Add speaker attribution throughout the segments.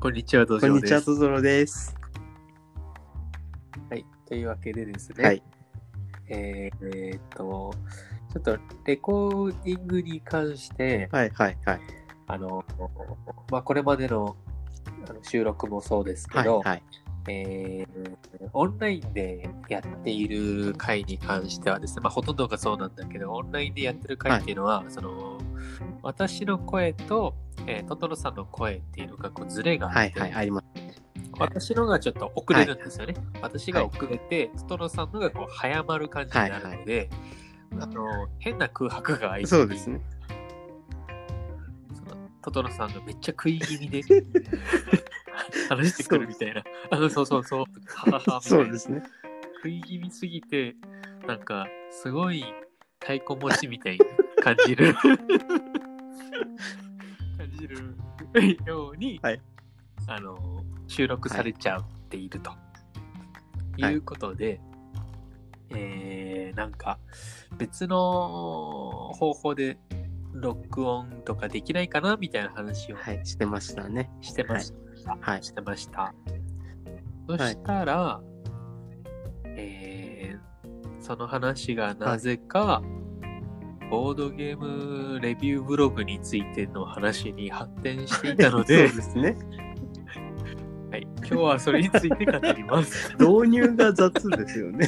Speaker 1: こんにちは、どう
Speaker 2: こんにちは、
Speaker 1: です。
Speaker 2: とぞろです。
Speaker 1: はい。というわけでですね、
Speaker 2: はい。
Speaker 1: えーえーっと、ちょっとレコーディングに関して、
Speaker 2: はい、はい、はい。
Speaker 1: あの、まあ、これまでのあの収録もそうですけ
Speaker 2: はい、
Speaker 1: ど、
Speaker 2: はい。
Speaker 1: えーオンラインでやっている回に関してはですね、まあ、ほとんどがそうなんだけど、オンラインでやってる回っていうのは、その、私の声と、えートトロさんの声っていうのが、こう、ズレがあ
Speaker 2: は
Speaker 1: っ
Speaker 2: い、
Speaker 1: て、
Speaker 2: はい、あります。
Speaker 1: 私のがちょっと遅れるんですよね。私が遅れて、トトロさんのがこう早まる感じになるので、あの変な空白が空いて
Speaker 2: そうですね。
Speaker 1: そのトトロさんがめっちゃ食い気味 で話してくるみたいな。あのそうそう そう。はははみたいな
Speaker 2: そうですね。
Speaker 1: 食い気味すぎて、なんかすごい太鼓持ちみたいに感じ る。感じるように、
Speaker 2: はい
Speaker 1: あの収録されちゃっていると、、
Speaker 2: はい
Speaker 1: うことで、えー、なんか別の方法で録音とかできないかなみたいな話を
Speaker 2: はい、してましたね。
Speaker 1: してました。
Speaker 2: はい
Speaker 1: してました。そしたら、えーその話がなぜか、ボードゲームレビューブログについての話に発展していたの で、
Speaker 2: そうですね。
Speaker 1: はい、今日はそれについて語り ます。
Speaker 2: 導入が雑ですよね。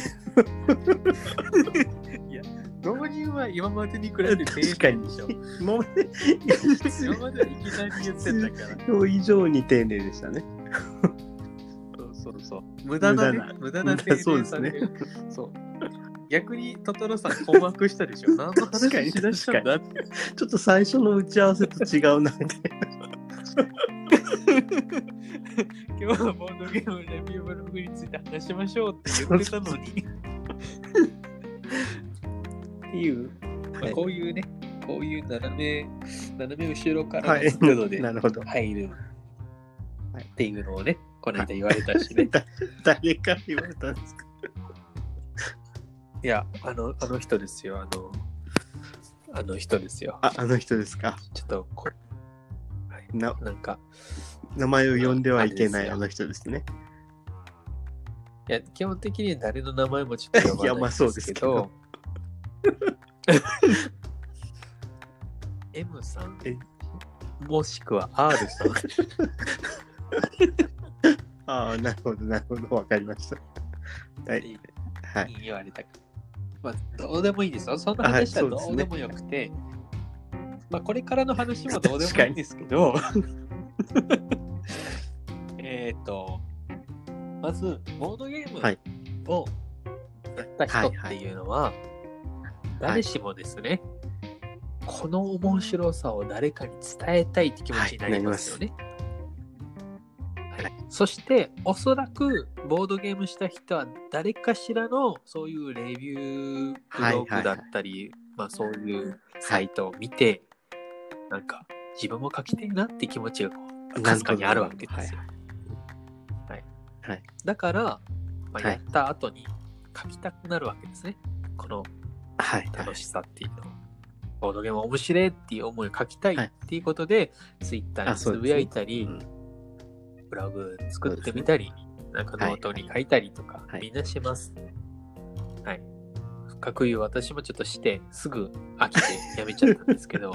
Speaker 1: 導入は今までに比べて
Speaker 2: 確かに
Speaker 1: でしょ。
Speaker 2: 今まで、
Speaker 1: 今までいきなり言ってんだから。
Speaker 2: 今日以上に丁寧でしたね。
Speaker 1: そうそうそう。無駄な、ね、無
Speaker 2: 無
Speaker 1: 駄
Speaker 2: 駄な
Speaker 1: な
Speaker 2: 無駄 そうですね
Speaker 1: 丁寧さで。そう。逆にトトロさん困惑した でしょ。何の話しだしたんだって。
Speaker 2: ちょっと最初の打ち合わせと違うな、みたい
Speaker 1: 今日はボードゲームレビューブログについて話しましょうって言ってたのに。っていう、まあ
Speaker 2: はい
Speaker 1: こういうね、こういう斜め、斜め後ろか
Speaker 2: な。は
Speaker 1: らの
Speaker 2: い
Speaker 1: 角度。で
Speaker 2: なるほど。
Speaker 1: 入る
Speaker 2: はい
Speaker 1: っていうのをね、この間言われたしね。
Speaker 2: だ誰から言われたんですか
Speaker 1: いや、あの、あの人ですよ、あの、あの人ですよ。
Speaker 2: あ、あの人ですか。
Speaker 1: ちょっとこ、はい、
Speaker 2: な
Speaker 1: なんか、
Speaker 2: 名前を呼んではいけない
Speaker 1: あ
Speaker 2: あ
Speaker 1: れ
Speaker 2: の人ですね。
Speaker 1: いや、基本的に誰の名前もちょっと呼ばない
Speaker 2: いやまあそうですけど。
Speaker 1: M さん
Speaker 2: え、
Speaker 1: もしくは R さん。
Speaker 2: ああ、なるほど、なるほど。わかりました。はい。はい。
Speaker 1: に言われたまあ、どうでもいいですよ。そんな話は
Speaker 2: はい
Speaker 1: ど
Speaker 2: そうう
Speaker 1: で
Speaker 2: で
Speaker 1: も
Speaker 2: すね
Speaker 1: よくて、まあ、これからの話もどうでもいいんですけど、えっと、まず、ボードゲーム
Speaker 2: はい
Speaker 1: をやった人っていうのは、誰しもですね、この面白さを誰かに伝えたいって気持ちになりますよね。はいそして、おそらくボードゲームした人は誰かしらのそういうレビューブログだったり、まあ、そういうサイトを見て、なんか自分も書きたいなって気持ちがこうかすかにあるわけですよ。はい
Speaker 2: はい
Speaker 1: だから、まあ、
Speaker 2: はい
Speaker 1: やった後に書きたくなるわけですね。この
Speaker 2: はい。はい
Speaker 1: 楽しさっていうのを。ボードゲーム面白いっていう思いを書きたい
Speaker 2: はい
Speaker 1: っていうことで、ツイッターに
Speaker 2: あそう
Speaker 1: つ
Speaker 2: ですね
Speaker 1: ぶやいたり、
Speaker 2: うん
Speaker 1: ブログ作ってみたり、なんかノートに書いたりとか、
Speaker 2: はい
Speaker 1: みんなします。はい。深く言う私もちょっとして、すぐ飽きてやめちゃったんですけ ど。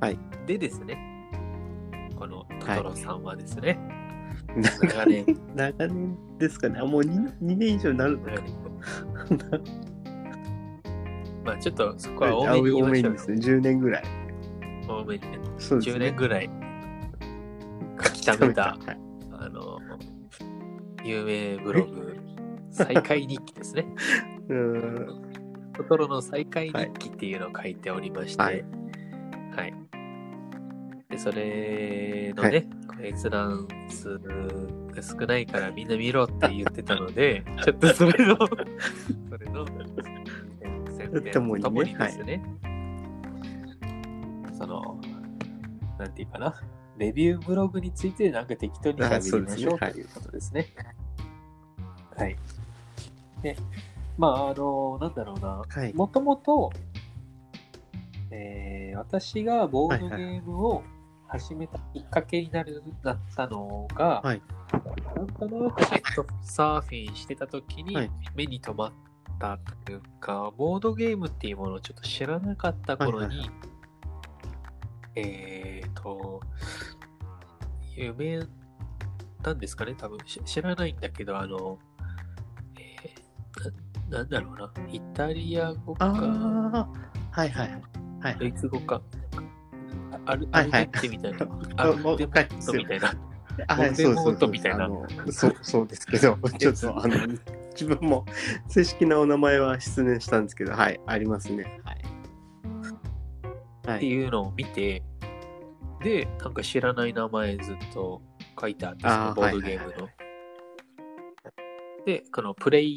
Speaker 2: はい。
Speaker 1: でですね、このトトロさんはですね、
Speaker 2: 長
Speaker 1: 長年
Speaker 2: 年、 長年ですかね。あもう 2, 二年以上になるのか
Speaker 1: まあちょっとそこ
Speaker 2: な。
Speaker 1: は多めに言い
Speaker 2: 多
Speaker 1: ま
Speaker 2: め
Speaker 1: しょ
Speaker 2: に
Speaker 1: う
Speaker 2: ですね。10年ぐらい。
Speaker 1: よ。多めにね。
Speaker 2: そうです
Speaker 1: 10
Speaker 2: ね
Speaker 1: 年。ぐらい書き溜 めた、あの、有名ブログ、再開日記 ですね。
Speaker 2: うーん。
Speaker 1: トトロの再開日記っていうのを書いておりまして、は
Speaker 2: はいい。
Speaker 1: で、それのね、閲覧数が少ないからみんな見ろって言ってたので、 ちょっとそれの、 それの、宣伝とともに
Speaker 2: ともにね
Speaker 1: ですね、その、なんていうかな、レビューブログについてなんか適当に喋りましょうと
Speaker 2: あそうですねはい
Speaker 1: いうことです ね。はい。で、まあ、あの、なんだろうな、
Speaker 2: はい。
Speaker 1: もともと、えー私がボードゲームを始めたきっかけになる、なったのが、
Speaker 2: はい
Speaker 1: なんとなくネットサーフィンしてた時に
Speaker 2: はい
Speaker 1: 目に留まったというか、ボードゲームっていうものをちょっと知らなかった頃に、
Speaker 2: は
Speaker 1: えっ、と、夢なんですかね、多分し知らないんだけど、あの、えーななんだろうな、イタリア語
Speaker 2: あ
Speaker 1: か、
Speaker 2: あー、はいはいはい。
Speaker 1: ドイツ語か、あアル
Speaker 2: は
Speaker 1: ア
Speaker 2: い
Speaker 1: ル
Speaker 2: はい
Speaker 1: ゼンチンみたいな、ア
Speaker 2: あ
Speaker 1: ル
Speaker 2: もう
Speaker 1: デ
Speaker 2: 一
Speaker 1: モ
Speaker 2: 回
Speaker 1: ントみたいな。
Speaker 2: あはい、
Speaker 1: ボ
Speaker 2: そう
Speaker 1: ルデ
Speaker 2: で
Speaker 1: モ
Speaker 2: す
Speaker 1: ー
Speaker 2: そうです
Speaker 1: トみたいな
Speaker 2: あのそうそうです けど、ちょっとあの自分も正式なお名前は失念したんですけど、はい、ありますね。はい。は
Speaker 1: って
Speaker 2: い、
Speaker 1: いうのを見て、で、なんか知らない名前ずっと書いてあって、そ
Speaker 2: あ
Speaker 1: の
Speaker 2: ー
Speaker 1: ボードゲーム
Speaker 2: はいはい
Speaker 1: の
Speaker 2: は。
Speaker 1: で、このプレイ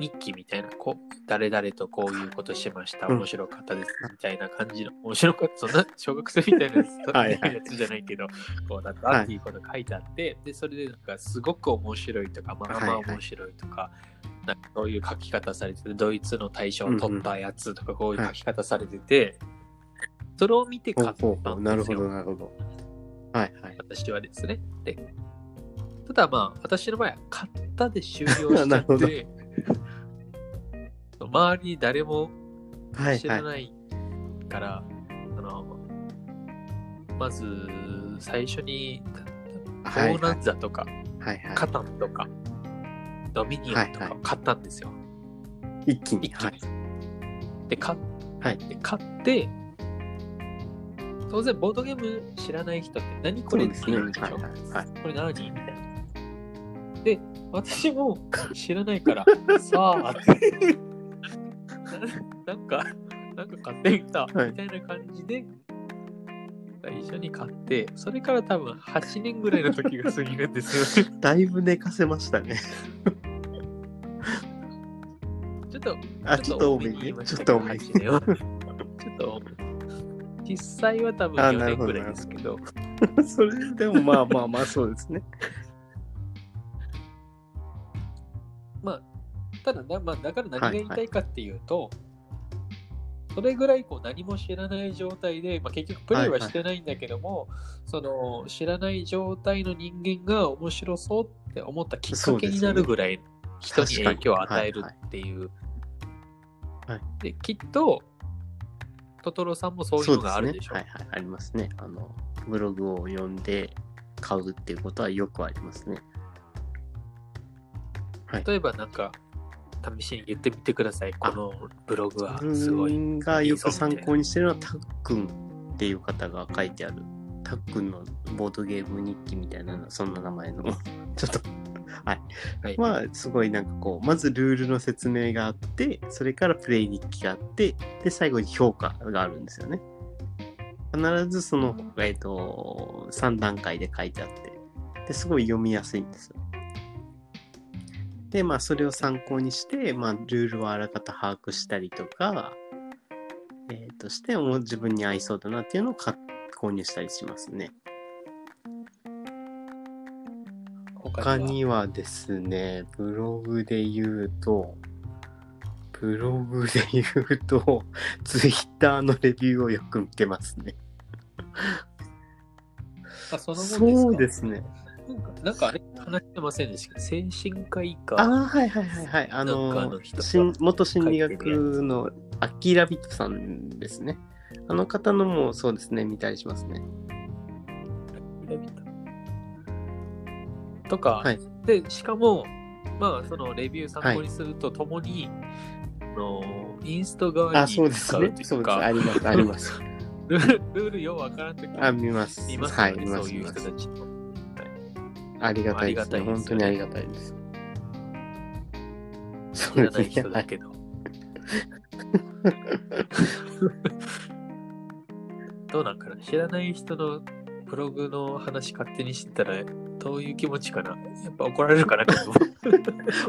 Speaker 1: 日記みたいな、こう誰々とこういうことしました、
Speaker 2: うん
Speaker 1: 面白かったです、みたいな感じの、面白かった、そんな小学生みたいなやつ
Speaker 2: はいは い
Speaker 1: やつじゃないけど、こうだったっていうこと書いてあって、で、それでなんかすごく面白いとか、まあまあ面白いとか、なんかそういう書き方されてて、ドイツの大賞を取ったやつとか、こういう書き方されてて、それを見て
Speaker 2: ほ
Speaker 1: 買
Speaker 2: う
Speaker 1: ったん
Speaker 2: ほう
Speaker 1: です
Speaker 2: ほ
Speaker 1: よ。
Speaker 2: う、なるほど、なるほど。はいはい。
Speaker 1: 私はですね。で、ただまあ、私の場合は買ったで終了しち
Speaker 2: な
Speaker 1: ゃ
Speaker 2: るほ
Speaker 1: っ
Speaker 2: ど
Speaker 1: て、周りに誰も
Speaker 2: はい
Speaker 1: 知ら
Speaker 2: はい。
Speaker 1: ないから、あのまず最初に、ボ
Speaker 2: は
Speaker 1: ー
Speaker 2: いは
Speaker 1: ナ
Speaker 2: い
Speaker 1: ンザとか、
Speaker 2: はいはい
Speaker 1: カタンとか、ドミニオンと
Speaker 2: はい
Speaker 1: か
Speaker 2: は
Speaker 1: を買ったんですよ。
Speaker 2: 一気に。
Speaker 1: 一気
Speaker 2: はい
Speaker 1: に。で、買っ
Speaker 2: はい
Speaker 1: で買って、当然ボードゲーム知らない人って何これっ
Speaker 2: そうで
Speaker 1: て
Speaker 2: すね
Speaker 1: 言うでしょ
Speaker 2: はいはいはい
Speaker 1: これ何みたいな。で、私も 知らない から、さあってななんか、なんか買ってみた、
Speaker 2: はい
Speaker 1: みたいな感じで、最初に買って、それから多分8年ぐらいの時が過ぎるんです よ。
Speaker 2: だいぶ寝かせましたね。
Speaker 1: ちょっと
Speaker 2: あ、ちょっと多めに。ちょっと多めに。
Speaker 1: ちょっと多め実際は多分
Speaker 2: あ
Speaker 1: 4
Speaker 2: な
Speaker 1: 年
Speaker 2: るほど
Speaker 1: ぐらいですけど、
Speaker 2: それでもまあまあまあ、そうですね。
Speaker 1: まあ、ただな、まあ、だから何が言いたいかっていうと、それぐらいこう何も知らない状態で、まあ、結局プレイはしてないんだけども、その知らない状態の人間が面白そうって思ったきっかけになるぐらい人に影響を与えるっていう。
Speaker 2: はいはい
Speaker 1: できっとトトロさんも そういうのがあるでしょ
Speaker 2: そうですね。はいはい、ありますね。あの、ブログを読んで買うっていうことはよくありますね。はい
Speaker 1: 例えばなんか試しに言ってみてくださいこ
Speaker 2: あ
Speaker 1: のブログは
Speaker 2: 自
Speaker 1: すごい
Speaker 2: 分がよく参考にしてるのはたっくんっていう方が書いてある。たっくんのボードゲーム日記みたいな、そんな名前の。 ちょっと。はい。
Speaker 1: はい
Speaker 2: まあ、すごいなんかこう、まずルールの説明があって、それからプレイ日記があって、で、最後に評価があるんですよね。必ずその、えっ、と、3段階で書いてあって、ですごい読みやすいんですよ。で、まあ、それを参考にして、まあ、ルールをあらかた把握したりとか、えー、として、もう自分に合いそうだなっていうのを買っ購入したりしますね。他にはですね、ブログで言うと、ブログで言うと、 ツイッターのレビューをよく見てますね。
Speaker 1: あその
Speaker 2: そ
Speaker 1: 後
Speaker 2: う
Speaker 1: で
Speaker 2: ですすね。
Speaker 1: かなんかなんかあれ話してませんでしたっけ精神科医
Speaker 2: あ
Speaker 1: か
Speaker 2: あ、はいはいはいはい。
Speaker 1: な
Speaker 2: あ
Speaker 1: んかあ
Speaker 2: の
Speaker 1: の、人が
Speaker 2: 心元心理学のアキラビットさんですね。あの方のもそうですね、見たりしますね。
Speaker 1: とか、
Speaker 2: はい
Speaker 1: でしかもまあそのレビュー参考にするとともに、あのインスト側
Speaker 2: あ、
Speaker 1: に
Speaker 2: そうです
Speaker 1: 使う
Speaker 2: ね
Speaker 1: と。い
Speaker 2: そううです。あ
Speaker 1: か
Speaker 2: ります、あり ます。
Speaker 1: ルールルールようわからんとき
Speaker 2: あ、見ます。
Speaker 1: います
Speaker 2: は
Speaker 1: よ
Speaker 2: い、
Speaker 1: ね、
Speaker 2: 見ま
Speaker 1: そう
Speaker 2: す、
Speaker 1: い
Speaker 2: 見
Speaker 1: う
Speaker 2: ま
Speaker 1: 人
Speaker 2: す
Speaker 1: た。ちも
Speaker 2: ありがたいですね。
Speaker 1: ありがたいですよね
Speaker 2: 本当にありがたいです。そ
Speaker 1: 知らない
Speaker 2: ね
Speaker 1: 人だけど。どうなんかな知らない人のブログの話勝手にしてたらどういう気持ちかなやっぱ怒られるかな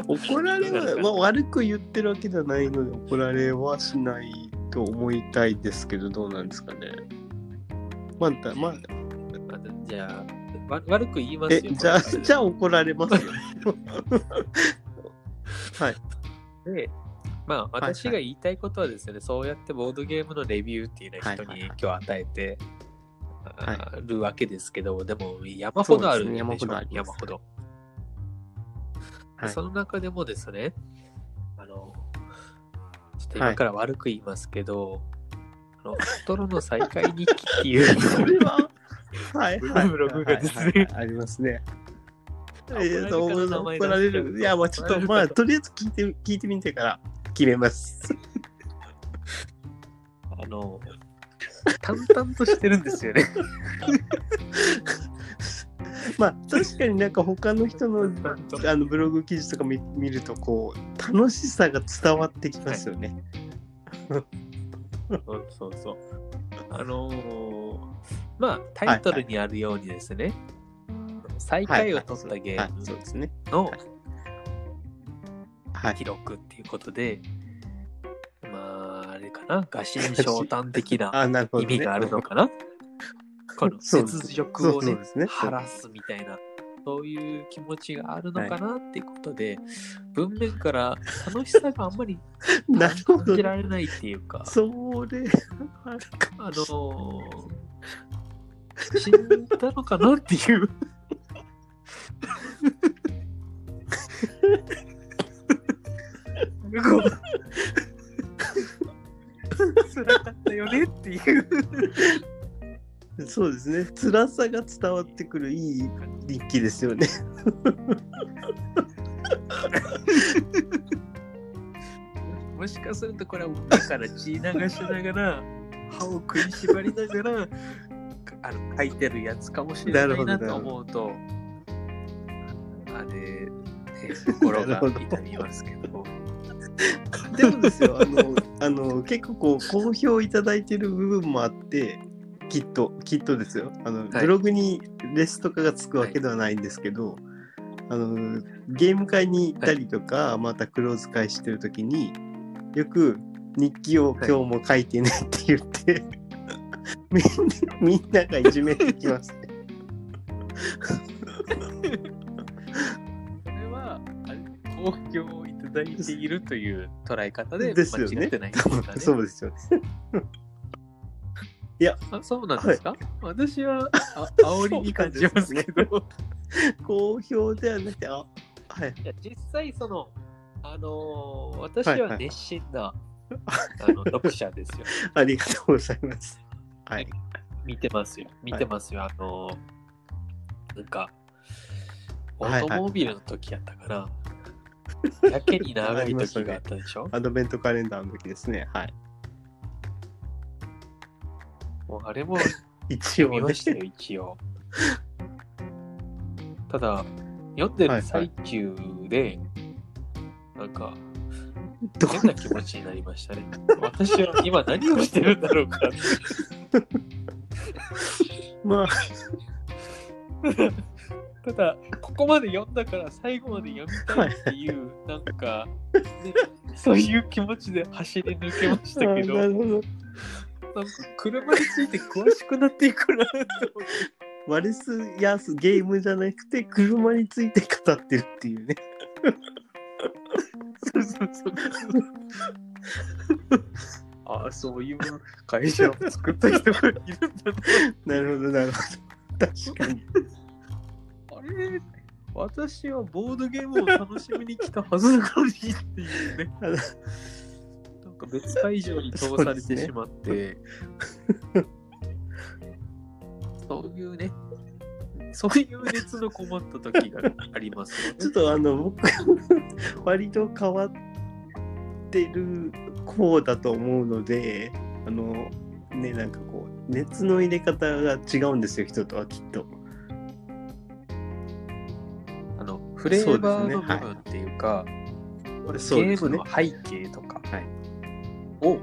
Speaker 2: 怒られは、まあ、悪く言ってるわけじゃないので怒られはしないと思いたいですけどどうなんですかねまあだまあ
Speaker 1: まあじゃあわ悪く言います
Speaker 2: え
Speaker 1: よ。
Speaker 2: じゃあじゃあ怒られますよはい
Speaker 1: でまあ、私が言いたいことはですね、そうやってボードゲームのレビューっていうのは人に影響を与えて、
Speaker 2: はい
Speaker 1: あるわけですけど、でも山ほどある
Speaker 2: そうですね山ほどあります
Speaker 1: 山ほど。
Speaker 2: はい
Speaker 1: その中でもですね、あの、ちょっと今から悪く言いますけど、あのトロの再開日記っていう、
Speaker 2: それは、はい、はい。
Speaker 1: ブログがですね
Speaker 2: はいはいはいありますね。えっと、怒られる。いや、まあちょっと、まあ、とりあえず聞いて、聞いてみてから決めます。
Speaker 1: あの、淡々としてるんですよ ね。
Speaker 2: まあ、確かになんか他の人の、
Speaker 1: 淡々と
Speaker 2: あの、ブログ記事とか見見ると、こう、楽しさが伝わってきますよね。
Speaker 1: そうそうそう。あのーまあタイトルにあるようにですね、最下位を取ったゲ
Speaker 2: はい
Speaker 1: ー、ム
Speaker 2: そうですね。
Speaker 1: の
Speaker 2: はい。
Speaker 1: 記録っていうことで、まああれかな、臥薪嘗胆的 な
Speaker 2: あ、なるほど、
Speaker 1: 意
Speaker 2: ね。
Speaker 1: 味があるのかな。この
Speaker 2: そうです
Speaker 1: 雪辱を
Speaker 2: そ
Speaker 1: ね
Speaker 2: うですね
Speaker 1: 晴らすみたいな。そういう気持ちがあるのかなっていうことで、文面から楽しさがあんまり
Speaker 2: なるほ
Speaker 1: 感
Speaker 2: ど
Speaker 1: じ。られないっていうか、
Speaker 2: それ、あるか。
Speaker 1: あのー、死んだのかなっていう。こう 辛かったよねっていう。
Speaker 2: そうですね。辛さが伝わってくるいい日記ですよね。
Speaker 1: もしかするとこれはだから血流しながら歯を食いしばりながらあの書いてるやつかもしれ
Speaker 2: な
Speaker 1: な
Speaker 2: るほ
Speaker 1: いな
Speaker 2: ど
Speaker 1: と思うとあれ、ね、心が痛みますけど。
Speaker 2: でもですよ、あの、あの結構こう、好評いただいてる部分もあって、きっと、きっとですよ。あの、
Speaker 1: い
Speaker 2: ブログにレスとかがつくわけではないんですけど、あの、ゲーム会に行ったりとか、またクローズ会してるときに、よく日記を今日も書いてねって言って、 みんな、みんながいじめてきます。
Speaker 1: これは、あれ好評をいただいているという捉え方で
Speaker 2: ですよね
Speaker 1: 間違ってないですかね。
Speaker 2: そうですよね。
Speaker 1: あそうなんですか、私は あ煽りに感じますけど、
Speaker 2: 好評ではなくて、あ、はい。
Speaker 1: いや実際その、あのー私
Speaker 2: はいは
Speaker 1: はい熱心 な、あの読者ですよ。
Speaker 2: ありがとうございます。はい。
Speaker 1: 見てますよ。見てますよ。あのーなんか、オ
Speaker 2: はいはい
Speaker 1: ートモービルの時やったから、やけに長い時があったでし ょ
Speaker 2: アドベントカレンダーの時ですね。はい。
Speaker 1: もうあれも
Speaker 2: 一応
Speaker 1: 見
Speaker 2: ね
Speaker 1: ま。したよ、一応。ただ、読んでる最中で、なんか、
Speaker 2: ど
Speaker 1: 変な気持ちになりましたね。私は今何をしてるんだろうかって。
Speaker 2: まあ、
Speaker 1: ただ、ここまで読んだから最後まで読みたいっていう、なんか、ねそういう気持ちで走り抜けまし
Speaker 2: あ
Speaker 1: たけど、
Speaker 2: ーな
Speaker 1: なんか
Speaker 2: るほど。
Speaker 1: 車について詳しくなっていくなって思って
Speaker 2: 割りすやすゲームじゃなくて、車について語ってるっていうね。
Speaker 1: そうそうそう。 ああ、そういう会社を作った人がいるんだ
Speaker 2: なるほど、なるほど。確か
Speaker 1: な。
Speaker 2: に。
Speaker 1: あれ私はボードゲームを楽しみに来たはずなのにっていうね。
Speaker 2: あの
Speaker 1: なんか別会場に通されてしまって。そういうね。そういう熱のこもった時がありますよね、
Speaker 2: ちょっとあの、僕、割と変わってる方だと思うので、あの、ね、なんかこう、熱の入れ方が違うんですよ、人とはきっと。
Speaker 1: あのフレーバーの
Speaker 2: そうですねは
Speaker 1: 部
Speaker 2: い
Speaker 1: 分っていうか、これ
Speaker 2: そう
Speaker 1: ゲ
Speaker 2: で
Speaker 1: ー
Speaker 2: す
Speaker 1: ム
Speaker 2: ね
Speaker 1: の背景とか
Speaker 2: はい
Speaker 1: を なん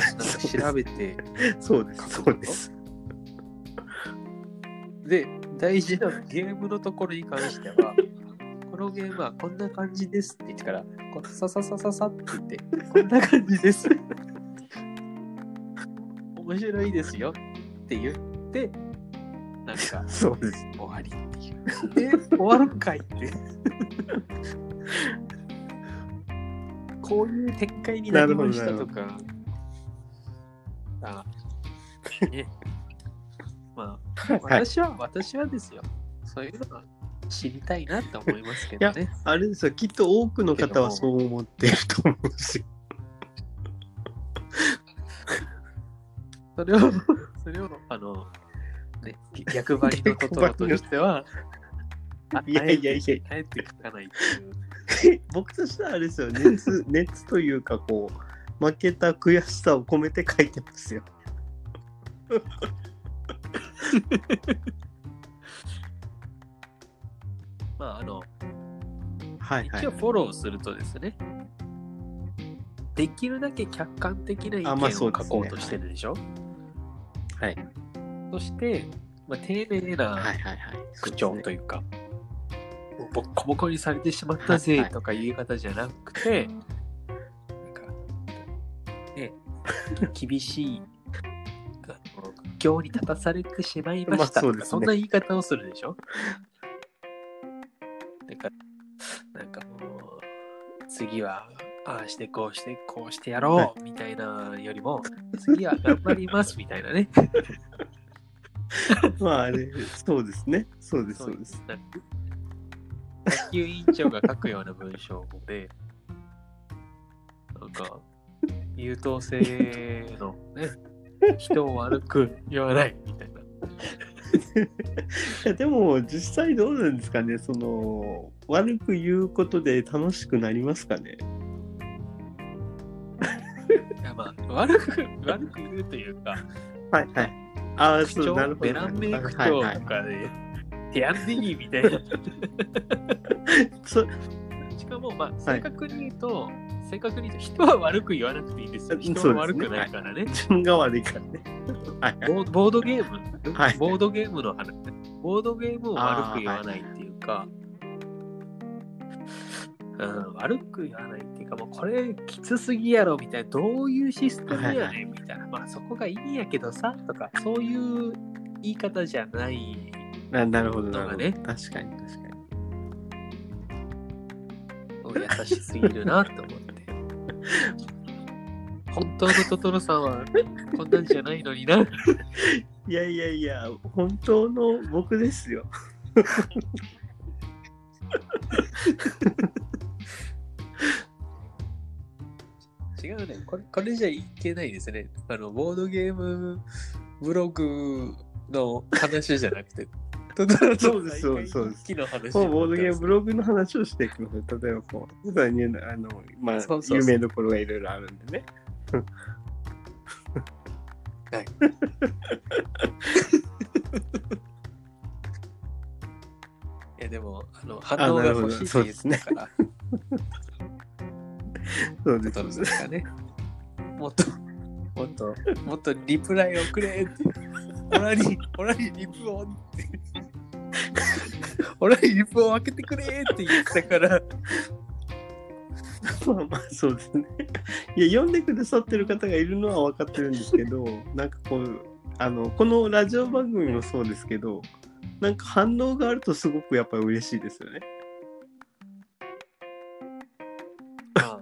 Speaker 2: そうです
Speaker 1: か調べて、
Speaker 2: そうです、そうです。
Speaker 1: で、大事なゲームのところに関しては、このゲームはこんな感じですって言ってから、こうさささささって言って、こんな感じです。 面白いですよって言って、なんか
Speaker 2: そうです。
Speaker 1: 終わり っていう。え、終わるんかいって。こういう展開になりましたとか。あ、ね。まあ、私は、私はですよ。そういうのは知りたいなと思いますけどね。
Speaker 2: あれですよ、きっと多くの方はそう思ってると思うし。
Speaker 1: それを、 それを、あの、ね、逆張りのトトロとしては、
Speaker 2: いやいやいや、
Speaker 1: あえて書かないっていう。
Speaker 2: 僕としてはあれですよ 熱熱というかこう負けた悔しさを込めて書いてますよ
Speaker 1: まああの、
Speaker 2: はいはい、
Speaker 1: 一応フォローするとですねできるだけ客観的な意見を書こうとしてるでしょ、
Speaker 2: はい、ね、
Speaker 1: はい、そして、まあ、丁寧な口調というか、はいはいはいボッコボコにされてしまったぜとか言い方じゃなくて、はい、なんか、ね、 厳しい、行に立たされてしまいましたとか、そんな言い方をするでしょだから、なんかもう、次は、ああしてこうしてこうしてやろうみたいなよりも、次は頑張りますみたいなね。
Speaker 2: まああれ、そうですね。そうです、そうです。
Speaker 1: 卓球委員長が書くような文章で、なんか、優等生のね、人を悪く言わないみたいな。
Speaker 2: いやでも実際どうなんですかねその悪く言うことで楽しくなりますかね
Speaker 1: いやまあ悪く悪く言うという か
Speaker 2: はいはいああ
Speaker 1: そうなるほどベランメイクとかで、はいはい手やんでいいみたいなしかも、まあ、正確に言うと、はい、正確に言うと、人は悪く言わなくていいですよ。人は悪くないからね。ね
Speaker 2: 自分が悪いからね。
Speaker 1: はい、ボードゲーム、 はい、ボードゲームの話、ボードゲームを悪く言わないっていうか、はい、うん、悪く言わないっていうか、もうこれきつすぎやろみたいな、どういうシステムやねんみたいな、まあそこがいいんやけどさとか、そういう言い方じゃない
Speaker 2: ななるほどなるほど、ね、確かに確かに
Speaker 1: 優しすぎるなと 思って本当のトトロさんはこんなんじゃないのにな
Speaker 2: いやいやいや本当の僕ですよ
Speaker 1: 違うねこれこれじゃいけないですねあのボードゲームブログの話じゃなくて
Speaker 2: そうです、そうです。そうです。ボードゲームブログの話をしていきます。例えばこう、実はね、あの、まあ、そうそうそう有名どころがいろいろあるんでね。
Speaker 1: はい。いや、でも、あの、反応が欲しい。
Speaker 2: そうですね。そうです
Speaker 1: ですかね。もっと、もっと、もっとリプライをくれって。オラに、オラにリップオン って。オラにリップオン開けてくれって言ったから。
Speaker 2: まあまあそうですね。いや、読んでくださってる方がいるのは分かってるんですけど、 なんかこう、あの、このラジオ番組もそうですけど、なんか反応があるとすごくやっぱり嬉しいですよね。
Speaker 1: あ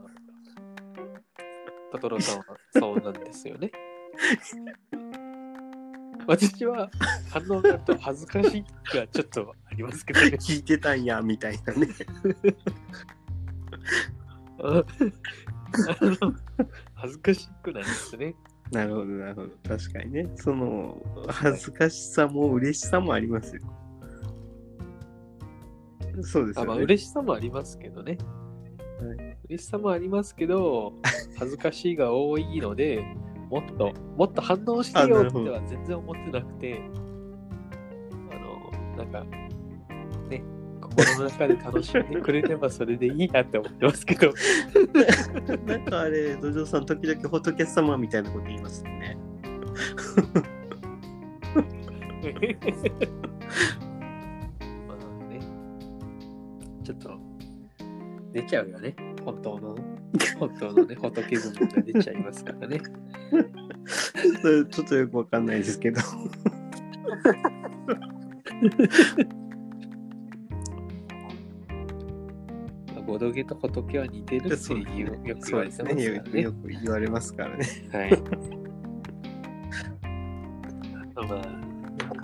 Speaker 1: あ。 トトロさんはそうなんですよね。 私は反応だと恥ずかしいがちょっとありますけど、ね、
Speaker 2: 聞いてたんやみたいなね
Speaker 1: 恥ずかしくないですね
Speaker 2: なるほどなるほど確かにねその恥ずかしさも嬉しさもありますよそうですよねあ
Speaker 1: まあ嬉しさもありますけどね、はい、嬉しさもありますけ ど恥ずかしいが多いのでもっと、もっと反応してよっては全然思ってなくて、あの、なんか、ね、心の中で楽しんでくれればそれでいいなって思ってますけ ど。
Speaker 2: なんかあれ、土壌さん、時々仏様みたいなこと言いますね。
Speaker 1: まあね、ちょっと、出ちゃうよね、本当の。本当のね、仏分が出ちゃいますからね。
Speaker 2: ちょっとよくわかんないです けど
Speaker 1: ごボドゲと仏は似てるっていうよく言われてます
Speaker 2: よ
Speaker 1: よね。
Speaker 2: よく言われますからね。
Speaker 1: はい。 ま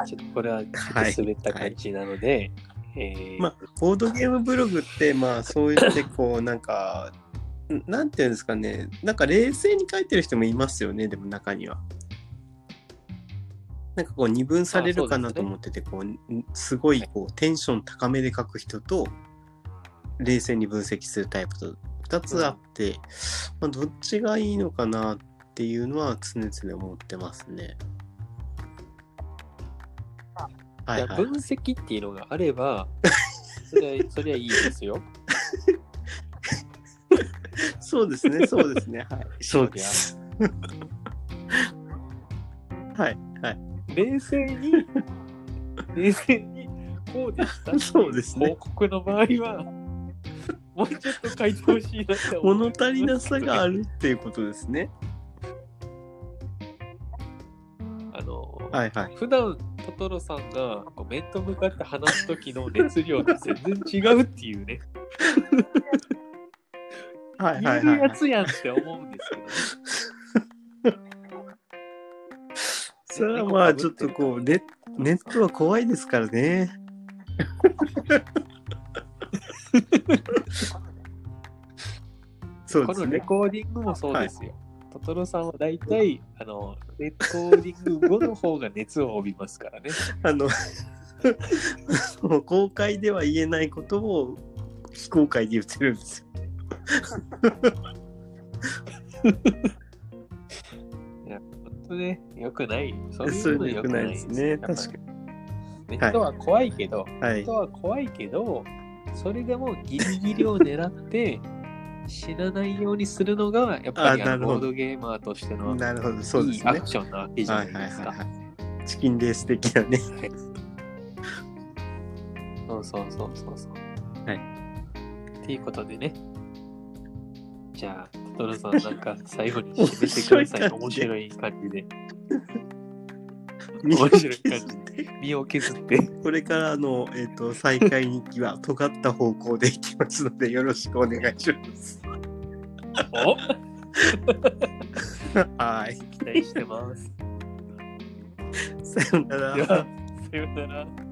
Speaker 1: あ、ちょっとこれはちょっと滑った感じなので、えー
Speaker 2: まあ、ボードゲームブログって、まあ、そういうって、こう、なんか、 んなんていうんですかね、なんか冷静に書いてる人もいますよね、でも中には。なんかこう、二分されるかなと思ってて、こう、んすごい、こう、テンション高めで書く人と、冷静に分析するタイプと、二つあって、まあ、どっちがいいのかなっていうのは常々思ってますね。はいい
Speaker 1: や
Speaker 2: はい。
Speaker 1: 分析っていうのがあれ ば、それはそれはいいですよ。
Speaker 2: そうですね、そうですね。はい。そうです。はい、はい。
Speaker 1: 冷静に、冷静に、こうでしたってい
Speaker 2: そうですね
Speaker 1: 報告の場合は、もうちょっと書いてほしいなって思う
Speaker 2: 物足りなさがあるっていうことですね。
Speaker 1: あの、
Speaker 2: はい、はい。
Speaker 1: 普段トトロさんがこう面と向かって話す時の熱量と全然違うっていうね、
Speaker 2: はい、はい、
Speaker 1: 言う
Speaker 2: はい
Speaker 1: や
Speaker 2: はい。
Speaker 1: つやんって思うんですけどね、
Speaker 2: それはまあ、ちょっとこう、ネネットは怖いですからね。そうで
Speaker 1: こ
Speaker 2: す
Speaker 1: のレ
Speaker 2: ね。
Speaker 1: コーディングもそうですよ。トトロさんは大体、あの、レコーディング後の方が熱を帯びますからね。
Speaker 2: あの、もう公開では言えないことを非公開で言ってるんですよ。
Speaker 1: 本当ね、よくない。そう
Speaker 2: そ
Speaker 1: いう
Speaker 2: れ
Speaker 1: のよ
Speaker 2: よ
Speaker 1: く
Speaker 2: く
Speaker 1: な
Speaker 2: ないい
Speaker 1: で
Speaker 2: ですす
Speaker 1: ね
Speaker 2: ね。。確
Speaker 1: に。
Speaker 2: かに。
Speaker 1: ネットは怖いけど、
Speaker 2: は
Speaker 1: ネッ
Speaker 2: い
Speaker 1: ト。は怖いけど、それでもギリギリを狙って、死なないようにするのが、やっぱり
Speaker 2: あ
Speaker 1: あ
Speaker 2: なる
Speaker 1: の
Speaker 2: ほ
Speaker 1: ボ
Speaker 2: ど
Speaker 1: ードゲーマーとしての
Speaker 2: なるほど、そうで
Speaker 1: いい
Speaker 2: す
Speaker 1: ア
Speaker 2: ね
Speaker 1: ク。ションなわけじゃないですか。
Speaker 2: はいはいはいはい、チキンレース的な ね。
Speaker 1: そうそうそうそうそう。。
Speaker 2: はい
Speaker 1: っていうことでね。じゃあ、トトロさん、なんか最後に締めてください。面
Speaker 2: 面
Speaker 1: 白
Speaker 2: 白
Speaker 1: い感じで。
Speaker 2: 面
Speaker 1: 白い感身を削って。
Speaker 2: これからの、えっと再開日記は尖った方向でいきますのでよろしくお願い します。
Speaker 1: お
Speaker 2: はい。
Speaker 1: 期待してます。
Speaker 2: さような
Speaker 1: では、
Speaker 2: ら。
Speaker 1: さようなら。